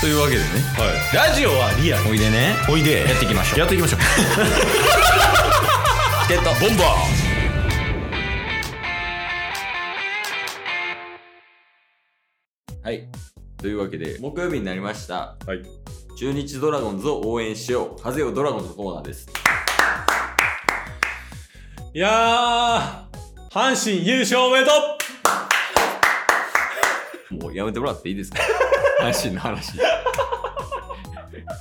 というわけでねラジオはリアルおいでねおいでやっていきましょうやっていきましょうチケットボンバーはいというわけで木曜日になりましたはい中日ドラゴンズを応援しよう風よドラゴンズのコーナーですいやー阪神優勝おめでともうやめてもらっていいです か阪神の話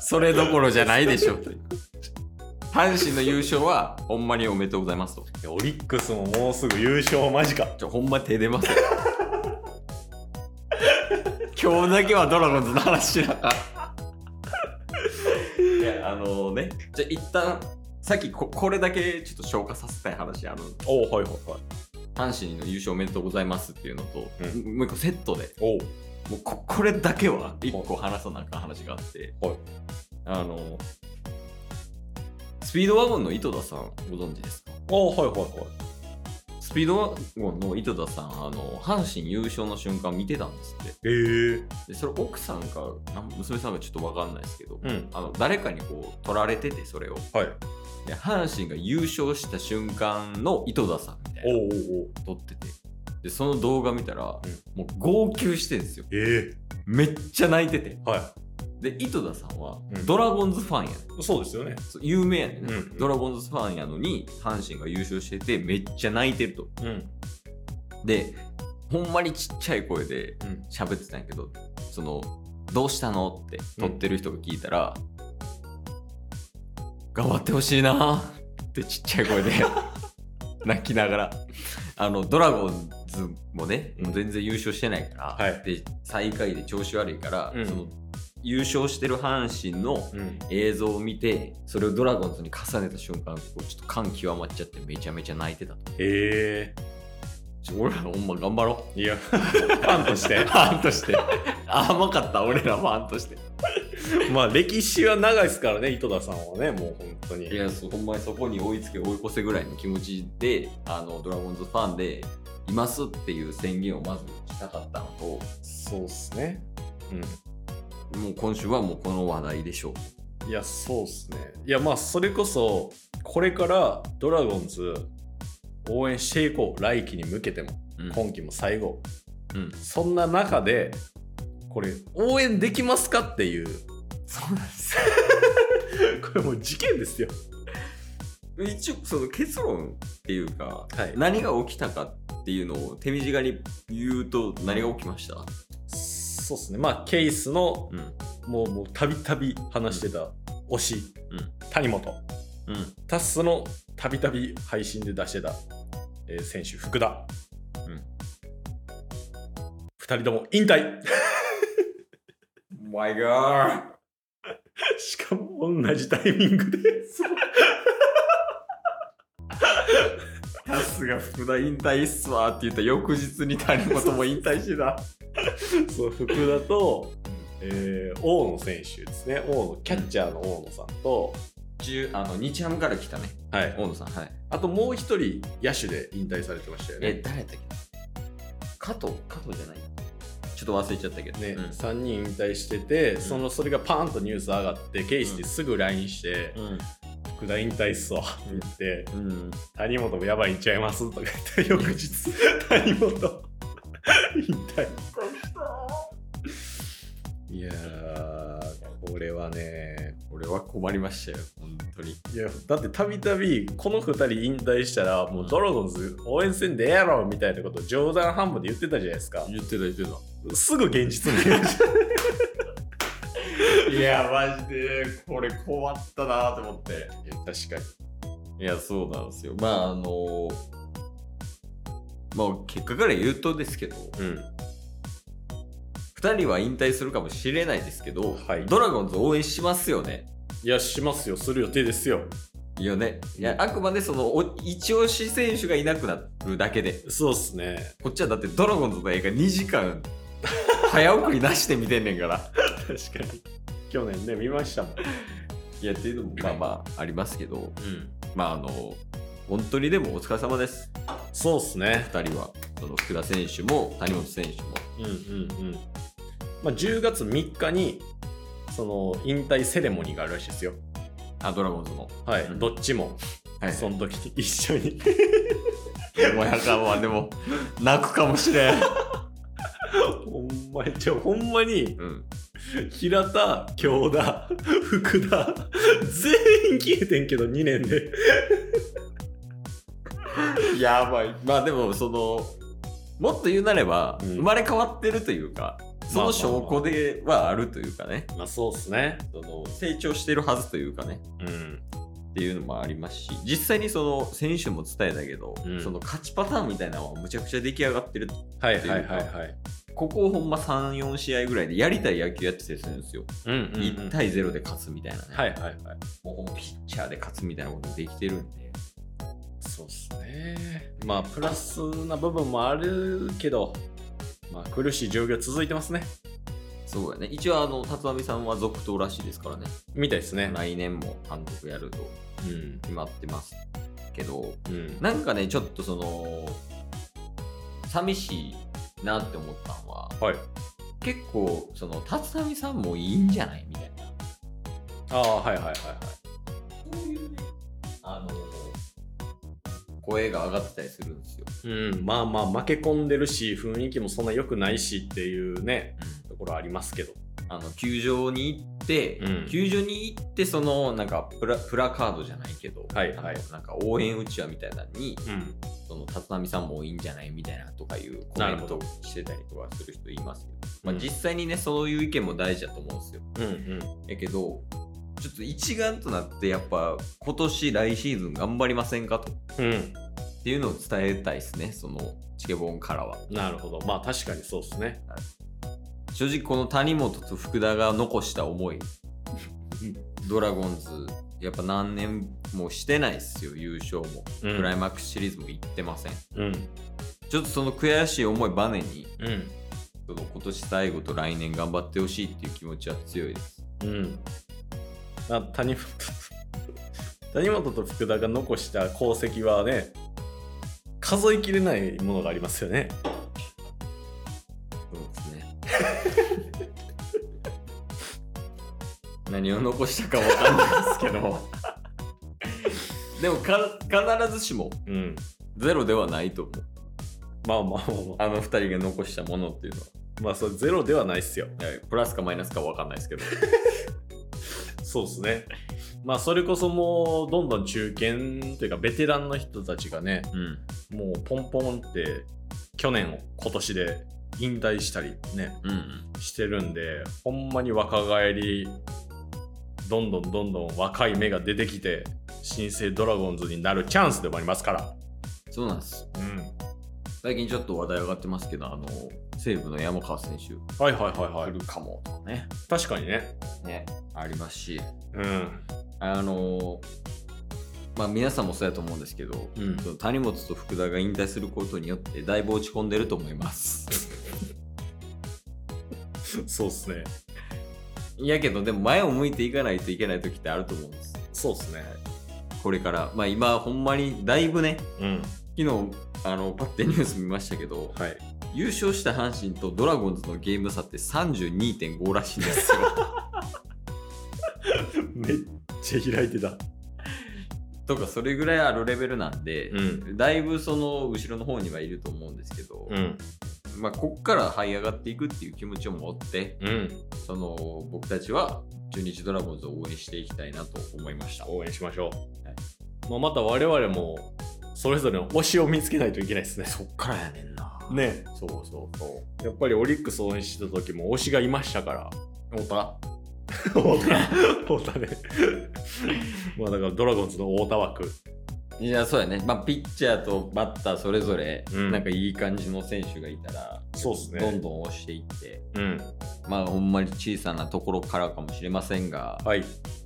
それどころじゃないで しょう阪神の優勝はほんまにおめでとうございますとうオリックスももうすぐ優勝間近ちょほんま手出ますよ 今日だけはドラゴンズの話しなあかんいやあのねじゃあ一旦さっきここれだけちょっと消化させたい話あのおおはいはいはい阪神の優勝おめでとうございますっていうのと、うもう一個セットでおおもうここれだけは一個話さなあかん話があって、はいあのスピードワゴンの井戸田さんご存知ですかおおはいはいはいスピードワゴンの井戸田さんあの阪神優勝の瞬間見てたんですってええー、でそれ奥さんかなん娘さんかちょっとわかんないですけど、うんあの誰かにこう取られててそれをはいで阪神が優勝した瞬間の井戸田さんみたいおなおのおお撮っててでその動画見たら、もう号泣してんですよええめっちゃ泣いててー、はで井戸田さんはうんドラゴンズファンやね、いそうですよねそう有名やね、うんうんドラゴンズファンやのに阪神が優勝しててめっちゃ泣いてるとうんでほんまにちっちゃい声でうん喋ってたんやけどその「どうしたの?」って撮ってる人が聞いたら「頑張ってほしいな」ってちっちゃい声 で泣きながらあのドラゴンズもねもう全然優勝してないから、はいで最下位で調子悪いから、うんその優勝してる阪神のうん映像を見てそれをドラゴンズに重ねた瞬間こうちょっと感極まっちゃってめちゃめちゃ泣いてたとええちょ俺らほんま頑張ろうー、 いやファンとしてファンとして甘かった俺らファンとして まあ歴史は長いですからね井戸田さんはねもう本当にいやそうほんまにそこに追いつけ追い越せぐらいの気持ちであのドラゴンズファンでいますっていう宣言をまずしたかったのとそうっすねうんもう今週はもうこの話題でしょういや、そうっすね。いや、まあ、それこそ、これからドラゴンズ応援していこう。来季に向けても、うん今季も最後。うんそんな中で、これ、応援できますかっていう。そうなんです これもう事件ですよ。一応その結論っていうかはい。何が起きたかっていうのを手短に言うと何が起きましたそうっすね。まあ、ケースの、うんもう、もう、たびたび話してた推し、うん谷本。うんタスのたびたび配信で出してた、えー選手福田、うん2人とも引退 My God しかも同じタイミングでタスが福田引退っすわって言った翌日に谷本 も引退してたそう福田と、えー大野選手ですね大野キャッチャーの大野さんと、中あの日ハムから来たねはい、大野さんはいあともう一人野手で引退されてましたよえね、誰だったっけ加藤加藤じゃないちょっと忘れちゃったけどねうん3人引退しててそのそれがパーンとニュース上がってケイスですぐ LINE して「福田引退っすわ」って言って。うんうん谷本もやばいんちゃいますとか言って翌日谷本引退いやーこれはね俺は困りましたよ本当にいやだってたびたびこの2人引退したらもうドラゴンズ応援せんでええやろみたいなこと冗談半分で言ってたじゃないですか言ってた言ってたすぐ現 実に出ましたいやマジでこれ困ったなと思っていや確かいやそうなんですよまああのまあ結果から言うとですけどにうん2人は引退するかもしれないですけど、はいドラゴンズ応援しますよねいやしますよする予定ですよいやねいやあくまでそのお一押し選手がいなくなるだけでそうっすねこっちはだってドラゴンズの映画2時間早送りなしで見てんねん から。確かに去年ね見ましたもん、いやっていうのもまあまあありますけど、うん、まああの、本当にでもお疲れ様です、そうっすね2人は。その福田選手も谷本選手も。うんうんうんまあ、10月3日にその引退セレモニーがあるらしいですよあ、ドラゴンズの。はい、うんどっちもはい。その時一緒に お前あかんわ、でも、泣くかもしれん。ほんまにじゃあほんまにうん。平田京田 福田全員消えてんけど2年でやばい。まあでも、その、もっと言うなれば、うん生まれ変わってるというか、その証拠ではあるというかね、まあそうっすねその成長してるはずというかね、うんっていうのもありますし、実際にその、先週も伝えたけど、うんその勝ちパターンみたいなのはむちゃくちゃ出来上がってる。はいはいはいはいここをほんま3、4試合ぐらいでやりたい野球やってたりするんですよ。うんうんうん1対0で勝つみたいなね。はいはいはいもうピッチャーで勝つみたいなことできてるんで。そうっすねまあプラスな部分もあるけどまあ苦しい状況続いてますねそうやね。一応、あの、辰巳さんは続投らしいですからね。みたいですね来年も監督やるとうん決まってますけど、うんなんかね、ちょっとその、寂しいなって思ったのは、はい結構、その、辰巳さんもいいんじゃないみたいな。ああはいはいはいはいそういうね、あの、声が上がってたりするんですよ。うん、まあまあ負け込んでるし雰囲気もそんな良くないしっていうねところありますけどあの球場に行って、うん球場に行ってそのなんかプラプラカードじゃないけど、はいはいあのなんか応援うちわみたいなのにうんその立浪さんもいいんじゃないみたいなとかいうコメントをしてたりとかする人いますけどまあ、うん実際にねそういう意見も大事だと思うんですようんうんやけどちょっと一丸となってやっぱ今年来シーズン頑張りませんかとうんっていうのを伝えたいですねそのチケボンからはなるほどまあ確かにそうですね正直この谷本と福田が残した思いドラゴンズやっぱ何年もしてないっすよ優勝もうクライんマックスシリーズも行ってません、うんちょっとその悔しい思いバネにうんその今年最後と来年頑張ってほしいっていう気持ちは強いですうんあ谷本谷本と 福田が残した功績はね数えきれないものがありますよねそうですね何を残したかわかんないですけどでもか必ずしもうんゼロではないと思うまあまあまあまあの2人が残したものっていうのはあまあそれゼロではないっすよいやプラスかマイナスかわかんないですけどそうですね。まあそれこそもうどんどん中堅というかベテランの人たちがねうんもうポンポンって去年を今年で引退したりねうんしてるんでほんまに若返りどんどんどんどん若い芽が出てきて新生ドラゴンズになるチャンスでもありますから。そうなんですうん、最近ちょっと話題上がってますけどあの西武の山川選手はいはいはいは来いるかもとかね,、確かにね。ねありますしうんあのまあ皆さんもそうやと思うんですけど、うんその谷本と福田が引退することによってだいぶ落ち込んでると思いますそうっすね。いやけどでも前を向いていかないといけない時ってあると思うんですそうっすね。これからまあ今ほんまにだいぶねうん昨日あのパッてニュース見ましたけどはい。 優勝した阪神とドラゴンズのゲーム差って32.5らしいんです よめっちゃ開いてた。とかそれぐらいあるレベルなんで、うだいぶその後ろの方にはいると思うんですけど、うんまあ、こっから這い上がっていくっていう気持ちを持ってうん。その僕たちは中日ドラゴンズを応援していきたいなと思いました応援しましょう、はまあ、また我々もそれぞれの推しを見つけないといけないですねそっからやねんなねそうそうそやっぱりオリックス応援してた時も推しがいましたから太田太 田太田ねまあだからドラゴンズの太田枠ういやそうやね、まあ、ピッチャーとバッターそれぞれ、うんなんかいい感じの選手がいたらそうですどんどん押していって、うんまあほんまに小さなところからかもしれませんが、はい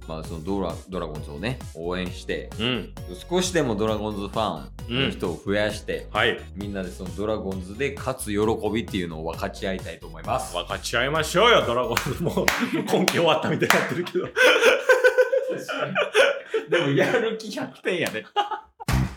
まあ、そのドラドラゴンズをね応援してうん少しでもドラゴンズファンの人を増やして、はいみんなでそのドラゴンズで勝つ喜びっていうのを分かち合いたいと思います。分かち合いましょうよドラゴンズ もう今季終わったみたいになってるけどでもやる気100点やね。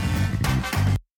す